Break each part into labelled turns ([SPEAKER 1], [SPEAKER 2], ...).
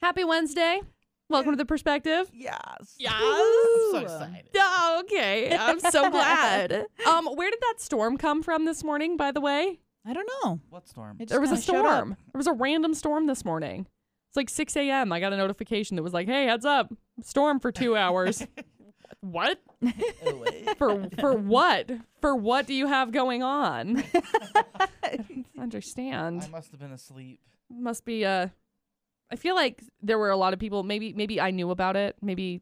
[SPEAKER 1] Happy Wednesday. Welcome to the perspective.
[SPEAKER 2] Yes.
[SPEAKER 1] Yes.
[SPEAKER 2] I'm so excited.
[SPEAKER 1] Oh, okay. I'm so glad. Um, where did that storm come from this morning, by the way?
[SPEAKER 3] I don't know.
[SPEAKER 2] What storm?
[SPEAKER 3] It just
[SPEAKER 1] There was a
[SPEAKER 3] kinda showed up.
[SPEAKER 1] storm. There was a random storm this morning. It's like 6 a.m. I got a notification that was like, hey, heads up, storm for two hours. what?
[SPEAKER 2] Oh, wait.
[SPEAKER 1] For for what? For what do you have going on? I don't understand.
[SPEAKER 2] I must have been asleep.
[SPEAKER 1] must be uh I feel like there were a lot of people maybe maybe I knew about it. Maybe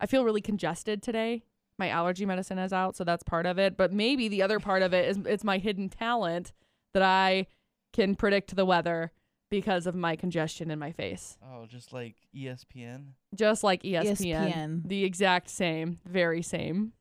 [SPEAKER 1] I feel really congested today. My allergy medicine is out, so that's part of it, but maybe the other part of it is it's my hidden talent that I can predict the weather because of my congestion in my face.
[SPEAKER 2] Oh, just like ESPN.
[SPEAKER 1] Just like E
[SPEAKER 3] E
[SPEAKER 1] ESPN.
[SPEAKER 3] ESPN.
[SPEAKER 1] The exact same, very same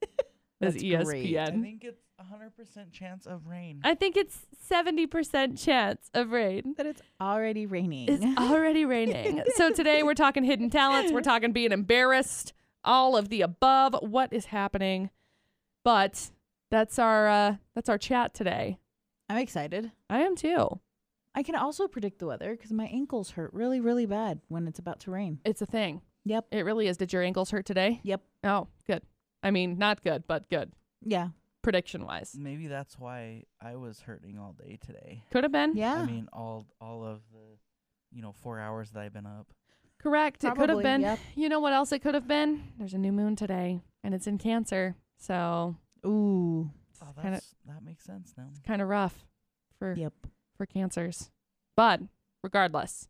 [SPEAKER 1] as E ESPN.
[SPEAKER 3] That's great.
[SPEAKER 2] I think it's a hundred percent chance of rain.
[SPEAKER 1] I think it's 70% chance of rain.
[SPEAKER 3] That it's already raining.
[SPEAKER 1] It's already raining. so today we're talking hidden talents. We're talking being embarrassed. All of the above. What is happening? But that's our uh, that's our chat today.
[SPEAKER 3] I'm excited.
[SPEAKER 1] I am too.
[SPEAKER 3] I can also predict the weather because my ankles hurt really, really bad when it's about to rain.
[SPEAKER 1] It's a thing.
[SPEAKER 3] Yep.
[SPEAKER 1] It really is. Did your ankles hurt today?
[SPEAKER 3] Yep.
[SPEAKER 1] Oh, good. I mean, not good, but good
[SPEAKER 3] Yeah.
[SPEAKER 1] prediction wise.
[SPEAKER 2] Maybe that's why I was hurting all day today.
[SPEAKER 1] Could have been.
[SPEAKER 3] Yeah.
[SPEAKER 2] I mean, all all of the, you know, four hours that I've been up.
[SPEAKER 1] Correct. it could have
[SPEAKER 3] Probably,
[SPEAKER 1] been.
[SPEAKER 3] yep.
[SPEAKER 1] You know what else it could have been? There's a new moon today, and it's in Cancer, so
[SPEAKER 3] Ooh.
[SPEAKER 2] Oh,
[SPEAKER 1] kinda-
[SPEAKER 2] that's, that makes sense now.
[SPEAKER 1] it's kind of rough for
[SPEAKER 3] Yep.
[SPEAKER 1] for cancers. But regardless,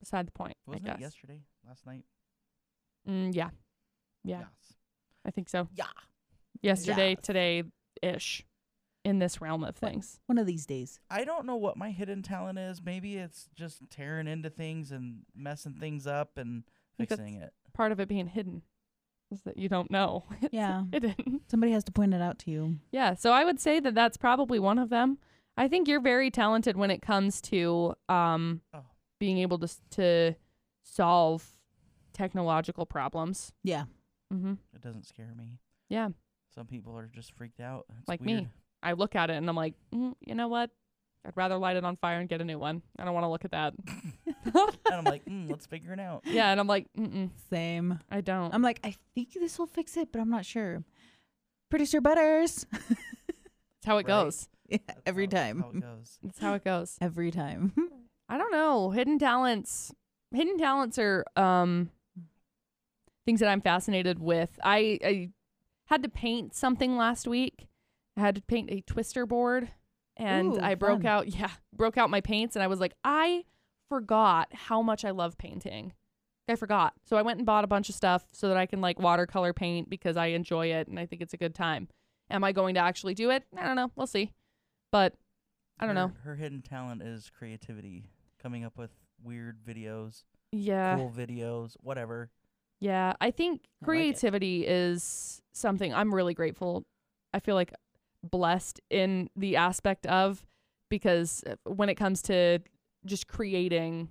[SPEAKER 1] beside the point,
[SPEAKER 2] Wasn't
[SPEAKER 1] I guess.
[SPEAKER 2] it yesterday? Last night?
[SPEAKER 1] Mm, yeah. Yeah,
[SPEAKER 2] Yes.
[SPEAKER 1] I think so.
[SPEAKER 2] Yeah.
[SPEAKER 1] Yesterday,
[SPEAKER 3] Yes.
[SPEAKER 1] today ish, in this realm of things.
[SPEAKER 3] One of these days.
[SPEAKER 2] I don't know what my hidden talent is. Maybe it's just tearing into things and messing things up and
[SPEAKER 1] think that's-
[SPEAKER 2] fixing it.
[SPEAKER 1] Part of it being hidden is that you don't know.
[SPEAKER 2] Mm-hmm.
[SPEAKER 1] It's
[SPEAKER 3] Yeah.
[SPEAKER 1] hidden.
[SPEAKER 3] Somebody has to point it out to you.
[SPEAKER 1] Yeah. So I would say that that's probably one of them. I think you're very talented when it comes to um,
[SPEAKER 2] Oh.
[SPEAKER 1] being able to s- to solve technological problems.
[SPEAKER 3] Yeah.
[SPEAKER 1] Mm-hmm.
[SPEAKER 2] It doesn't scare me.
[SPEAKER 1] Yeah.
[SPEAKER 2] Some people are just freaked out. It's
[SPEAKER 1] Like me.
[SPEAKER 2] weird.
[SPEAKER 1] I look at it and I'm like, mm, you know what? I'd rather light it on fire and get a new one. I don't want to look at that.
[SPEAKER 2] and I'm like, mm, let's figure it out.
[SPEAKER 1] Yeah, and I'm like, mm-mm,
[SPEAKER 3] Same.
[SPEAKER 1] I don't.
[SPEAKER 3] I'm like, I think this will fix it, but I'm not sure. Producer Butters.
[SPEAKER 1] That's how it
[SPEAKER 2] Right.
[SPEAKER 1] goes.
[SPEAKER 3] Yeah,
[SPEAKER 2] That's
[SPEAKER 3] every
[SPEAKER 2] how- that's
[SPEAKER 3] time.
[SPEAKER 2] how it goes.
[SPEAKER 1] That's how it goes.
[SPEAKER 3] Every time.
[SPEAKER 1] I don't know. Hidden talents. Hidden talents are um things that I'm fascinated with. I I had to paint something last week. I had to paint a twister board and
[SPEAKER 3] Ooh,
[SPEAKER 1] I broke
[SPEAKER 3] fun.
[SPEAKER 1] out yeah, broke out my paints and I was like, I forgot how much I love painting. I forgot. So I went and bought a bunch of stuff so that I can like watercolor paint because I enjoy it and I think it's a good time. Am I going to actually do it? I don't know. We'll see. But I don't
[SPEAKER 2] her,
[SPEAKER 1] know.
[SPEAKER 2] Her hidden talent is creativity, coming up with weird videos,
[SPEAKER 1] Yeah.
[SPEAKER 2] cool videos, whatever.
[SPEAKER 1] Yeah, I think
[SPEAKER 3] I like it.
[SPEAKER 1] creativity is something I'm really grateful. I feel like blessed in the aspect of because uh, when it comes to just creating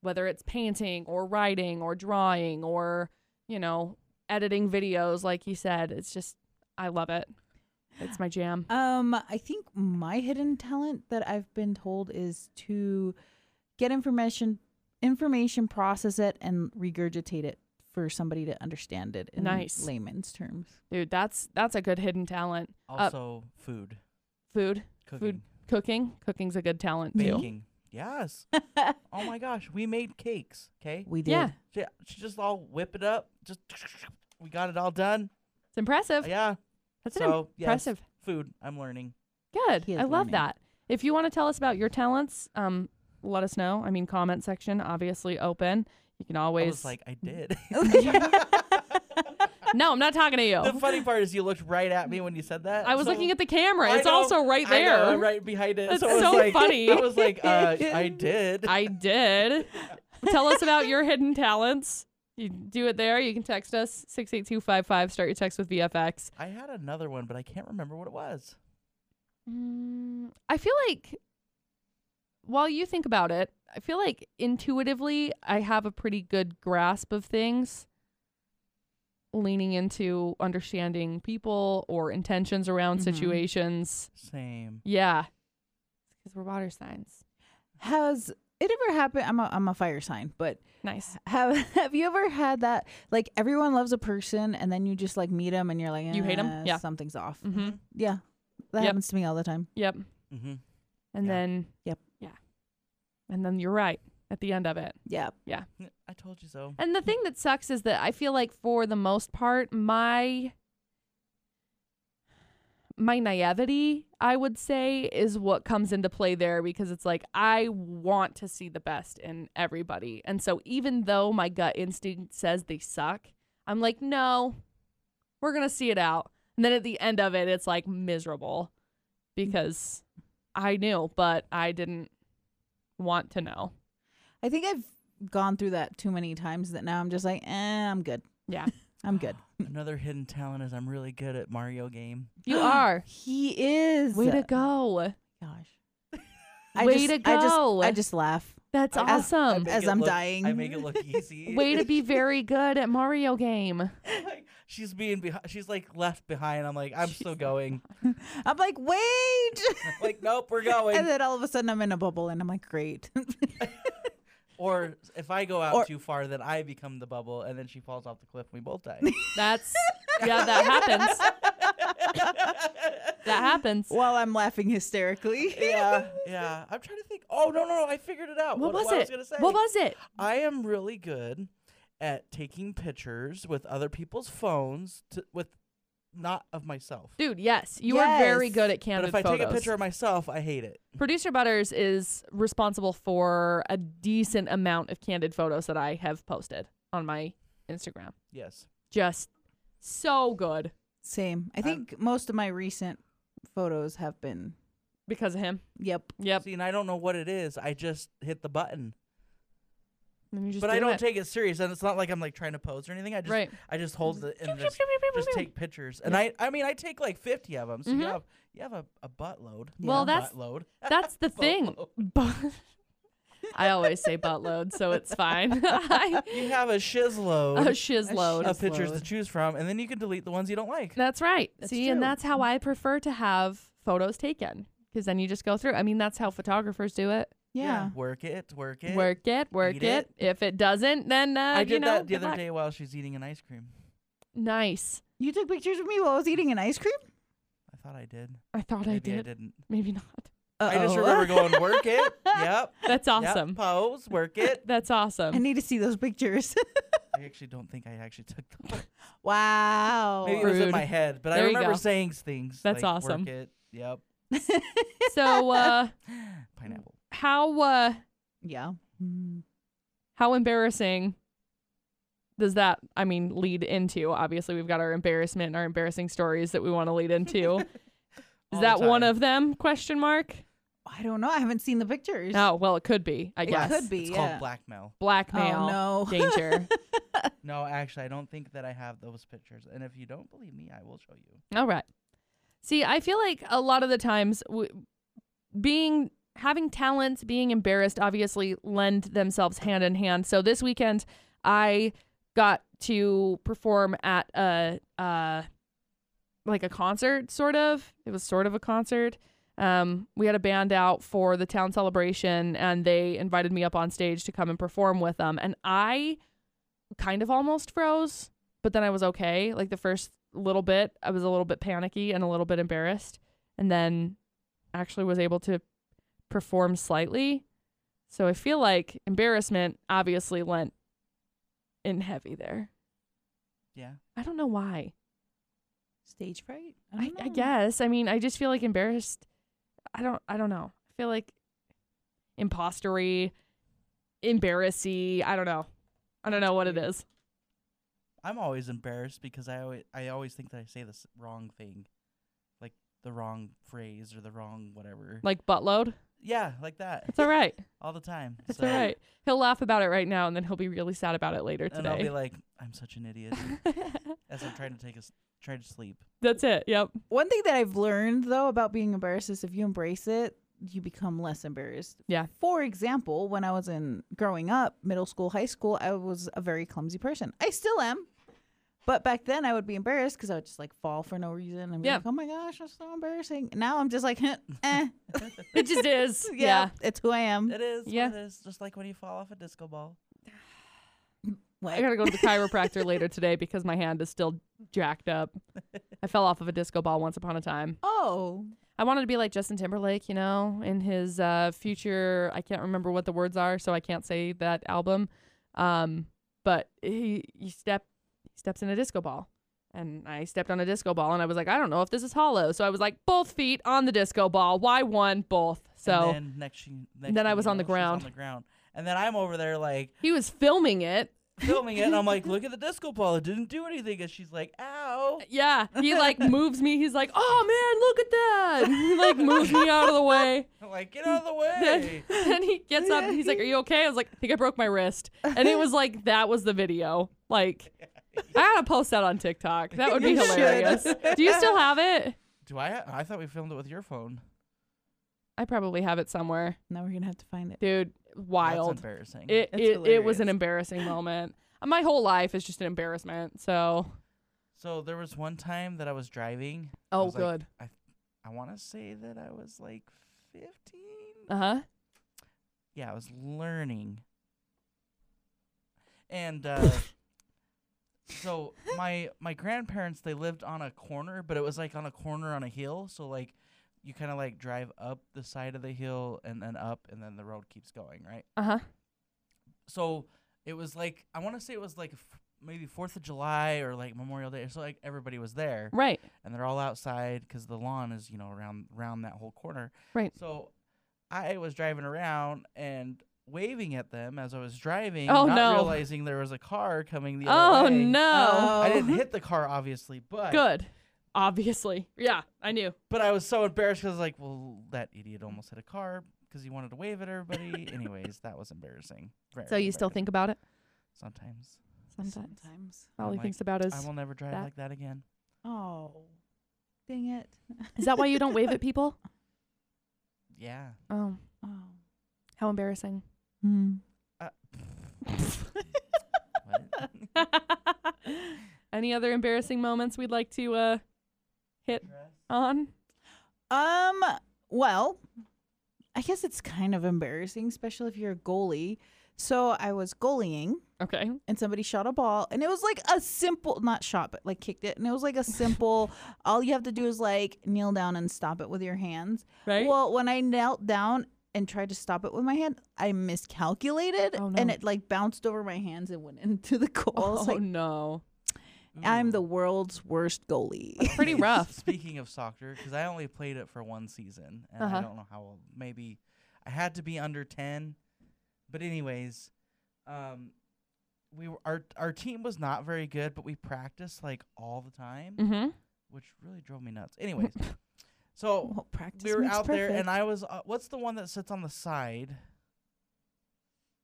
[SPEAKER 1] whether it's painting or writing or drawing or you know editing videos like you said it's just I love it. It's my jam.
[SPEAKER 3] Um, I think my hidden talent that I've been told is to get information, information, process it, and regurgitate it for somebody to understand it in
[SPEAKER 1] Nice.
[SPEAKER 3] layman's terms.
[SPEAKER 1] Dude, that's that's a good hidden talent.
[SPEAKER 2] Also, food,
[SPEAKER 1] Uh, Food,
[SPEAKER 2] cooking,
[SPEAKER 1] cooking, cooking's a good talent too.
[SPEAKER 2] baking. Yes. oh my gosh, we made cakes. Okay.
[SPEAKER 3] We did.
[SPEAKER 1] Yeah,
[SPEAKER 2] She, she just all whip it up. Just we got it all done.
[SPEAKER 1] it's impressive.
[SPEAKER 2] Oh, Yeah.
[SPEAKER 1] That's an
[SPEAKER 2] So yes,
[SPEAKER 1] impressive
[SPEAKER 2] food. I'm learning.
[SPEAKER 1] Good.
[SPEAKER 3] He is
[SPEAKER 1] I love
[SPEAKER 3] learning.
[SPEAKER 1] that. If you want to tell us about your talents, um, let us know. I mean, comment section obviously open. You can
[SPEAKER 2] I
[SPEAKER 1] always
[SPEAKER 2] was like, I did.
[SPEAKER 1] no, I'm not talking to
[SPEAKER 2] the
[SPEAKER 1] you.
[SPEAKER 2] funny part is you looked right at me when you said that.
[SPEAKER 1] Oh. I was
[SPEAKER 2] so-
[SPEAKER 1] looking at the camera.
[SPEAKER 2] I
[SPEAKER 1] It's
[SPEAKER 2] know,
[SPEAKER 1] also right
[SPEAKER 2] I
[SPEAKER 1] there.
[SPEAKER 2] know, right behind it.
[SPEAKER 1] That's
[SPEAKER 2] so, it was
[SPEAKER 1] so
[SPEAKER 2] like-
[SPEAKER 1] funny.
[SPEAKER 2] I was like, uh, I did.
[SPEAKER 1] I did. Tell us about your hidden talents. You do it there. You can text us six eight two five five. Start your text with VFX.
[SPEAKER 2] I had another one, but I can't remember what it was.
[SPEAKER 1] Mm, I feel like while you think about it, I feel like intuitively I have a pretty good grasp of things, leaning into understanding people or intentions around
[SPEAKER 3] Mhm.
[SPEAKER 1] situations.
[SPEAKER 2] Same.
[SPEAKER 1] Yeah. Because we're water signs.
[SPEAKER 3] Has it ever happened? I'm a, I'm a fire sign, but
[SPEAKER 1] Nice.
[SPEAKER 3] have Have you ever had that? Like everyone loves a person, and then you just like meet them, and you're like,
[SPEAKER 1] You hate 'em?
[SPEAKER 3] "Eh,
[SPEAKER 1] Yeah.
[SPEAKER 3] something's off.
[SPEAKER 1] Mm-hmm.
[SPEAKER 3] Yeah, that
[SPEAKER 1] Yep.
[SPEAKER 3] happens to me all the time.
[SPEAKER 1] Yep.
[SPEAKER 2] Mm-hmm.
[SPEAKER 1] And
[SPEAKER 2] Yeah.
[SPEAKER 1] then
[SPEAKER 3] Yep.
[SPEAKER 1] Yeah. And then you're right at the end of it.
[SPEAKER 3] Yeah,
[SPEAKER 2] I told you so.
[SPEAKER 1] And the thing that sucks is that I feel like for the most part, my my naivety, I would say, is what comes into play there because it's like I want to see the best in everybody. And so even though my gut instinct says they suck, I'm like, no, we're gonna see it out. And then at the end of it, it's like miserable because I knew, but I didn't want to know.
[SPEAKER 3] I think I've gone through that too many times that now I'm just like, eh, I'm good.
[SPEAKER 1] Yeah.
[SPEAKER 3] I'm good.
[SPEAKER 2] Another hidden talent is I'm really good at Mario game.
[SPEAKER 1] You are.
[SPEAKER 3] He is.
[SPEAKER 1] Way to go.
[SPEAKER 3] Gosh. I
[SPEAKER 1] Way
[SPEAKER 3] just,
[SPEAKER 1] to
[SPEAKER 3] I just,
[SPEAKER 1] go.
[SPEAKER 3] I just laugh.
[SPEAKER 1] That's
[SPEAKER 2] I-
[SPEAKER 3] As-
[SPEAKER 1] awesome.
[SPEAKER 2] make
[SPEAKER 3] as
[SPEAKER 2] it
[SPEAKER 3] I'm
[SPEAKER 2] look-
[SPEAKER 3] dying.
[SPEAKER 2] I make it look easy.
[SPEAKER 1] Um, Way to be very good at Mario game.
[SPEAKER 2] she's being behind. She's like left behind. I'm like, I'm still going.
[SPEAKER 3] I'm like, wait.
[SPEAKER 2] like, nope, we're going.
[SPEAKER 3] and then all of a sudden I'm in a bubble and I'm like, great.
[SPEAKER 2] or if I go out
[SPEAKER 3] Or-
[SPEAKER 2] too far, then I become the bubble, and then she falls off the cliff, and we both die.
[SPEAKER 1] That's yeah, that happens. That happens.
[SPEAKER 3] While I'm laughing hysterically.
[SPEAKER 2] yeah, yeah. I'm trying to think. Oh no, no, no! I figured it out.
[SPEAKER 1] What, was
[SPEAKER 2] I
[SPEAKER 1] it?
[SPEAKER 2] was gonna say.
[SPEAKER 1] What was it?
[SPEAKER 2] I am really good at taking pictures with other people's phones to, with not of myself.
[SPEAKER 1] Dude, yes. You are very
[SPEAKER 3] Yes.
[SPEAKER 1] good at
[SPEAKER 2] but
[SPEAKER 1] candid
[SPEAKER 2] if I
[SPEAKER 1] photos.
[SPEAKER 2] take a picture of myself, I hate it.
[SPEAKER 1] Producer Butters is responsible for a decent amount of candid photos that I have posted on my Instagram.
[SPEAKER 2] Yes.
[SPEAKER 1] Just so good
[SPEAKER 3] Same.
[SPEAKER 2] Um,
[SPEAKER 3] I think most of my recent photos have been,
[SPEAKER 1] because of him.
[SPEAKER 3] yep.
[SPEAKER 1] Yep.
[SPEAKER 2] See, and I don't know what it is. I just hit the button,
[SPEAKER 1] And you just
[SPEAKER 2] but I
[SPEAKER 1] do
[SPEAKER 2] don't
[SPEAKER 1] it.
[SPEAKER 2] take it serious, and it's not like I'm like trying to pose or anything. I just,
[SPEAKER 1] right.
[SPEAKER 2] I just hold it and just, just take pictures. And I, I mean, I take like 50 of them. So you
[SPEAKER 1] Mhm.
[SPEAKER 2] have, you have a, a buttload.
[SPEAKER 1] Well,
[SPEAKER 2] A
[SPEAKER 1] that's-
[SPEAKER 2] buttload.
[SPEAKER 1] That's the thing.
[SPEAKER 2] Buttload.
[SPEAKER 1] But I always say buttload, so it's fine. I,
[SPEAKER 2] You have a
[SPEAKER 1] a
[SPEAKER 2] shizload
[SPEAKER 1] shizload.
[SPEAKER 2] of pictures to
[SPEAKER 3] shizload.
[SPEAKER 2] choose from, and then you can delete the ones you don't like.
[SPEAKER 1] That's right.
[SPEAKER 3] That's
[SPEAKER 1] See,
[SPEAKER 3] true.
[SPEAKER 1] and that's how I prefer to have photos taken because then you just go through. I mean, that's how photographers do it.
[SPEAKER 3] Yeah.
[SPEAKER 2] Work it, work it.
[SPEAKER 1] work it, work it.
[SPEAKER 2] eat it.
[SPEAKER 1] If it doesn't, then uh,
[SPEAKER 2] I did
[SPEAKER 1] you know,
[SPEAKER 2] that the
[SPEAKER 1] good
[SPEAKER 2] other
[SPEAKER 1] luck.
[SPEAKER 2] day while she's eating an ice cream.
[SPEAKER 1] Nice.
[SPEAKER 3] You took pictures of me while I was eating an ice cream?
[SPEAKER 2] I thought I did.
[SPEAKER 1] I thought
[SPEAKER 2] Maybe
[SPEAKER 1] I did.
[SPEAKER 2] not
[SPEAKER 1] Maybe not.
[SPEAKER 2] I just
[SPEAKER 3] Uh-oh.
[SPEAKER 2] remember going, work it. Yep.
[SPEAKER 1] That's
[SPEAKER 2] yep,
[SPEAKER 1] awesome.
[SPEAKER 2] Pose, work it.
[SPEAKER 1] That's awesome.
[SPEAKER 3] I need to see those pictures.
[SPEAKER 2] I actually don't think I actually took them.
[SPEAKER 3] wow.
[SPEAKER 2] Maybe it was in
[SPEAKER 1] Oh, Rude.
[SPEAKER 2] my head, but I
[SPEAKER 1] There you
[SPEAKER 2] remember
[SPEAKER 1] go.
[SPEAKER 2] saying things.
[SPEAKER 1] That's
[SPEAKER 2] like,
[SPEAKER 1] awesome.
[SPEAKER 2] Work it. Yep.
[SPEAKER 1] so, uh,
[SPEAKER 2] Pineapple.
[SPEAKER 1] how uh,
[SPEAKER 3] yeah. Mm.
[SPEAKER 1] how embarrassing does that i mean lead into obviously we've got our embarrassment and our embarrassing stories that we want to lead into
[SPEAKER 2] All
[SPEAKER 1] is
[SPEAKER 2] the
[SPEAKER 1] that one
[SPEAKER 2] time.
[SPEAKER 1] of them question mark
[SPEAKER 3] I don't know. I haven't seen the pictures.
[SPEAKER 1] oh well it could be i
[SPEAKER 3] it
[SPEAKER 1] guess
[SPEAKER 3] could be.
[SPEAKER 2] It's
[SPEAKER 3] yeah.
[SPEAKER 2] called blackmail.
[SPEAKER 1] blackmail
[SPEAKER 3] Oh no.
[SPEAKER 1] danger
[SPEAKER 2] No, actually, I don't think that I have those pictures. And if you don't believe me, I will show you.
[SPEAKER 1] all right see i feel like a lot of the times w- being having talents being embarrassed obviously lend themselves hand in hand so this weekend i got to perform at a uh like a concert sort of it was sort of a concert um we had a band out for the town celebration and they invited me up on stage to come and perform with them and i kind of almost froze but then i was okay like the first little bit i was a little bit panicky and a little bit embarrassed and then actually was able to perform slightly so i feel like embarrassment obviously lent in heavy there
[SPEAKER 2] Yeah.
[SPEAKER 1] i don't know why
[SPEAKER 3] Stage fright.
[SPEAKER 1] I,
[SPEAKER 3] don't
[SPEAKER 1] I
[SPEAKER 3] know.
[SPEAKER 1] guess. I mean, I just feel like embarrassed. I don't. I don't know. I feel like impostery, embarrassy. I don't know. I don't know what it
[SPEAKER 2] Weird.
[SPEAKER 1] is.
[SPEAKER 2] I'm always embarrassed because I always I always think that I say the s- wrong thing, like the wrong phrase or the wrong whatever.
[SPEAKER 1] Like buttload.
[SPEAKER 2] yeah, like that
[SPEAKER 1] It's all right.
[SPEAKER 2] all the time.
[SPEAKER 1] It's
[SPEAKER 2] so,
[SPEAKER 1] all right. He'll laugh about it right now, and then he'll be really sad about it later
[SPEAKER 2] And I'll be
[SPEAKER 1] today.
[SPEAKER 2] like, I'm such an idiot as I'm trying to take a s- try to sleep.
[SPEAKER 1] That's it. Yep.
[SPEAKER 3] One thing that I've learned though about being embarrassed is if you embrace it, you become less embarrassed.
[SPEAKER 1] Yeah.
[SPEAKER 3] For example, when I was in growing up, middle school, high school, I was a very clumsy person. I still am. But back then I would be embarrassed because I would just like fall for no reason and be
[SPEAKER 1] Yeah.
[SPEAKER 3] like, oh my gosh, that's so embarrassing. Now I'm just like, eh, eh.
[SPEAKER 1] It just is.
[SPEAKER 3] yeah, it's who I am.
[SPEAKER 2] It is.
[SPEAKER 1] Yeah.
[SPEAKER 2] What it is. Just like when you fall off a disco ball.
[SPEAKER 1] I gotta go to the chiropractor later today because my hand is still jacked up. I fell off of a disco ball once upon a time.
[SPEAKER 3] Oh,
[SPEAKER 1] I wanted to be like Justin Timberlake, you know, in his uh, future. I can't remember what the words are, so I can't say that album. Um, but he, he step he steps in a disco ball, and I stepped on a disco ball, and I was like, I don't know if this is hollow, so I was like, both feet on the disco ball. Why one? Both. So
[SPEAKER 2] and then next, she, next
[SPEAKER 1] then I
[SPEAKER 2] thing
[SPEAKER 1] was
[SPEAKER 2] you
[SPEAKER 1] on the
[SPEAKER 2] know, she's
[SPEAKER 1] ground.
[SPEAKER 2] On the ground. And then I'm over there like
[SPEAKER 1] he was filming it.
[SPEAKER 2] filming it, and I'm like, look at the disco ball. It didn't do anything. And she's like, ow.
[SPEAKER 1] Yeah, he like moves me. He's like, "Oh man, look at that!" He like moves me out of the way.
[SPEAKER 2] I'm like, get out of the
[SPEAKER 1] Then,
[SPEAKER 2] way.
[SPEAKER 1] then he gets up and he's like, "Are you okay?" I was like, "I think I broke my wrist," and it was like that was the video. Like, I gotta post that on TikTok. That would be
[SPEAKER 3] You should.
[SPEAKER 1] hilarious. Do you still have it?
[SPEAKER 2] Do I? I thought we filmed it with your phone.
[SPEAKER 1] I probably have it somewhere,
[SPEAKER 3] now we're gonna have to find it.
[SPEAKER 1] dude.
[SPEAKER 2] That's
[SPEAKER 1] Wild.
[SPEAKER 2] embarrassing.
[SPEAKER 1] It
[SPEAKER 3] That's
[SPEAKER 1] it, it was an
[SPEAKER 3] hilarious.
[SPEAKER 1] embarrassing moment. My whole life is just an embarrassment. So,
[SPEAKER 2] so there was one time that I was driving.
[SPEAKER 1] oh
[SPEAKER 2] was like-
[SPEAKER 1] good.
[SPEAKER 2] I want to say that I was like 15.
[SPEAKER 1] Uh huh.
[SPEAKER 2] yeah, I was learning. And uh, so my my grandparents they lived on a corner, but it was like on a corner on a hill. So like you kind of like drive up the side of the hill and then up, and then the road keeps going, right?
[SPEAKER 1] Uh huh.
[SPEAKER 2] So it was like I want to say it was like f- maybe Fourth of July or like Memorial Day. So like everybody was there
[SPEAKER 1] Right.
[SPEAKER 2] and they're all outside because the lawn is you know around around that whole corner.
[SPEAKER 1] Right.
[SPEAKER 2] So I was driving around and waving at them as I was driving,
[SPEAKER 1] Oh,
[SPEAKER 2] not
[SPEAKER 1] no.
[SPEAKER 2] realizing there was a car coming the other
[SPEAKER 1] Oh
[SPEAKER 2] way.
[SPEAKER 1] no.
[SPEAKER 2] I didn't hit the car obviously, but
[SPEAKER 1] Good. Obviously. Yeah, I knew.
[SPEAKER 2] but I was so embarrassed because like, well, that idiot almost hit a car because he wanted to wave at everybody. Anyways, that was embarrassing. Very
[SPEAKER 1] So you still
[SPEAKER 2] embarrassing.
[SPEAKER 1] think about it?
[SPEAKER 2] sometimes
[SPEAKER 3] Sometimes.
[SPEAKER 1] All he
[SPEAKER 2] like,
[SPEAKER 1] thinks about is
[SPEAKER 2] I will never drive
[SPEAKER 1] that-
[SPEAKER 2] like that again.
[SPEAKER 3] Oh, dang it.
[SPEAKER 1] Is that why you don't wave at people?
[SPEAKER 2] Yeah.
[SPEAKER 1] Oh,
[SPEAKER 3] Oh.
[SPEAKER 1] how embarrassing.
[SPEAKER 3] Hmm.
[SPEAKER 2] Uh,
[SPEAKER 1] Any other embarrassing moments we'd like to uh hit on?
[SPEAKER 3] Um. Well, I guess it's kind of embarrassing, especially if you're a goalie. So I was goalieing,
[SPEAKER 1] Okay.
[SPEAKER 3] and somebody shot a ball, and it was like a simple, not shot, but like kicked it, and it was like a simple. all you have to do is like kneel down and stop it with your hands.
[SPEAKER 1] Right?
[SPEAKER 3] Well, when I knelt down and tried to stop it with my hand, I miscalculated,
[SPEAKER 1] Oh,
[SPEAKER 3] and
[SPEAKER 1] no.
[SPEAKER 3] it like bounced over my hands and went into the goal. I
[SPEAKER 1] oh
[SPEAKER 3] was like,
[SPEAKER 1] no.
[SPEAKER 3] I'm
[SPEAKER 2] Ooh.
[SPEAKER 3] the world's worst goalie.
[SPEAKER 1] Pretty
[SPEAKER 2] Okay,
[SPEAKER 1] rough.
[SPEAKER 2] Speaking of soccer, because I only played it for one season, and
[SPEAKER 1] Uh-huh.
[SPEAKER 2] I don't know how old. Maybe I had to be under ten. But anyways, um, we were, our our team was not very good, but we practiced like all the time,
[SPEAKER 1] Mm-hmm.
[SPEAKER 2] which really drove me nuts. Anyways, so
[SPEAKER 3] Well, practice
[SPEAKER 2] we Oh, were
[SPEAKER 3] makes
[SPEAKER 2] out
[SPEAKER 3] perfect.
[SPEAKER 2] there, and I was. Uh, what's the one that sits on the side?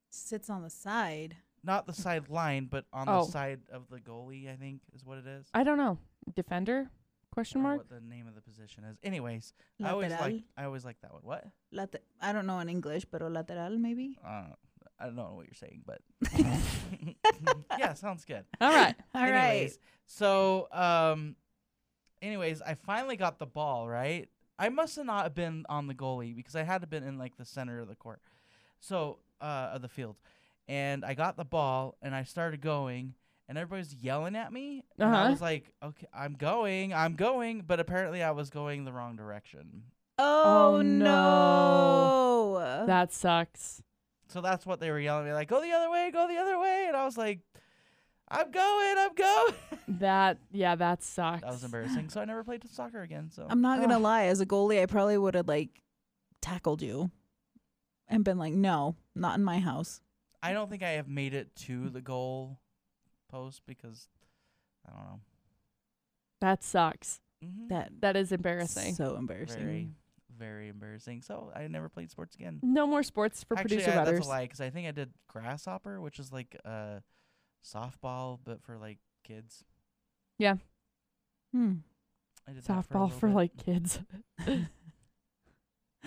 [SPEAKER 3] sits on the side.
[SPEAKER 2] Not the side line, but on
[SPEAKER 1] Oh.
[SPEAKER 2] the side of the goalie. I think is what it is.
[SPEAKER 1] I don't know. Defender?
[SPEAKER 2] I
[SPEAKER 1] Question
[SPEAKER 2] don't know
[SPEAKER 1] mark?
[SPEAKER 2] What the name of the position is? Anyways, I always like I always like that one. What?
[SPEAKER 3] Late- I don't know in English, pero lateral maybe.
[SPEAKER 2] uh, I don't know what you're saying, but yeah, sounds good.
[SPEAKER 1] All right.
[SPEAKER 3] All right.
[SPEAKER 2] anyways, So, um, anyways, I finally got the ball. Right, I must have not been on the goalie because I had to been in like the center of the court, so uh, of the field, and I got the ball and I started going. And everybody's yelling at me, and
[SPEAKER 1] Uh-huh.
[SPEAKER 2] I was like, "Okay, I'm going, I'm going," but apparently I was going the wrong direction.
[SPEAKER 3] Oh,
[SPEAKER 1] Oh, no.
[SPEAKER 3] no.
[SPEAKER 1] That sucks.
[SPEAKER 2] So that's what they were yelling at me, like, go the other way, go the other way. And I was like, I'm going, I'm going.
[SPEAKER 1] That yeah, that sucks.
[SPEAKER 2] That was embarrassing. So I never played soccer again. So
[SPEAKER 3] I'm not gonna
[SPEAKER 1] Ugh.
[SPEAKER 3] lie. As a goalie, I probably would have like tackled you and been like, "No, not in my house."
[SPEAKER 2] I don't think I have made it to the goal post because I don't know.
[SPEAKER 1] That sucks.
[SPEAKER 2] Mm-hmm.
[SPEAKER 3] That
[SPEAKER 1] That is embarrassing.
[SPEAKER 3] so embarrassing.
[SPEAKER 2] very, very embarrassing. So I never played sports again.
[SPEAKER 1] no more sports for
[SPEAKER 2] Actually,
[SPEAKER 1] producer
[SPEAKER 2] I,
[SPEAKER 1] brothers.
[SPEAKER 2] that's a lie because I think I did grasshopper, which is like uh, softball, but for like kids.
[SPEAKER 3] Hmm.
[SPEAKER 2] I did that for a
[SPEAKER 1] Softball
[SPEAKER 2] little
[SPEAKER 1] for
[SPEAKER 2] bit.
[SPEAKER 1] like kids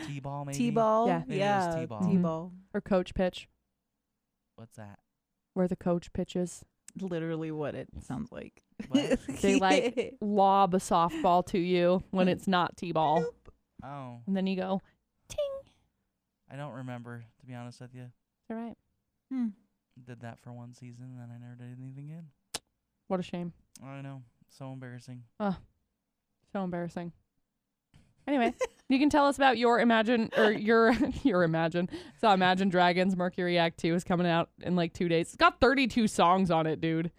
[SPEAKER 2] t-ball, maybe.
[SPEAKER 3] T-ball.
[SPEAKER 1] Yeah.
[SPEAKER 3] Yeah.
[SPEAKER 2] Maybe it was T-ball.
[SPEAKER 3] T-ball.
[SPEAKER 1] or coach pitch,
[SPEAKER 2] What's that?
[SPEAKER 1] where the coach pitches.
[SPEAKER 3] literally what it sounds like.
[SPEAKER 2] Mm-hmm. What?
[SPEAKER 1] They like- Lob a softball to you when it's not T ball.
[SPEAKER 2] Oh,
[SPEAKER 1] And then you go, ting.
[SPEAKER 2] I don't remember to be honest with you.
[SPEAKER 1] All right.
[SPEAKER 3] Hmm.
[SPEAKER 2] Did that for one season, then I never did anything again.
[SPEAKER 1] What a shame.
[SPEAKER 2] I know, so embarrassing.
[SPEAKER 1] So embarrassing. Anyway, you can tell us about your Imagine or your your Imagine. So Imagine Dragons Mercury Act 2 is coming out in like 2 days. It's got 32 songs on it, dude.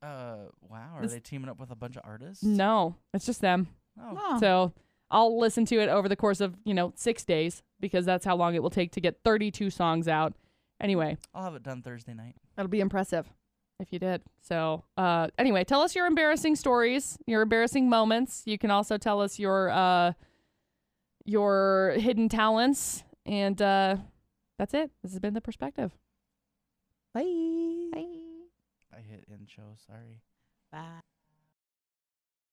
[SPEAKER 2] Uh, wow, are
[SPEAKER 1] This-
[SPEAKER 2] they teaming up with a bunch of artists?
[SPEAKER 1] No, it's just them.
[SPEAKER 2] Oh,
[SPEAKER 3] Oh.
[SPEAKER 1] So I'll listen to it over the course of, you know, 6 days because that's how long it will take to get 32 songs out. Anyway,
[SPEAKER 2] I'll have it done Thursday night.
[SPEAKER 1] That'll be impressive if you did. So, uh, anyway, tell us your embarrassing stories, your embarrassing moments. You can also tell us your uh, your hidden talents, and uh, that's it. This has been the perspective.
[SPEAKER 3] Bye.
[SPEAKER 1] Bye.
[SPEAKER 2] I hit intro. Sorry.
[SPEAKER 3] Bye.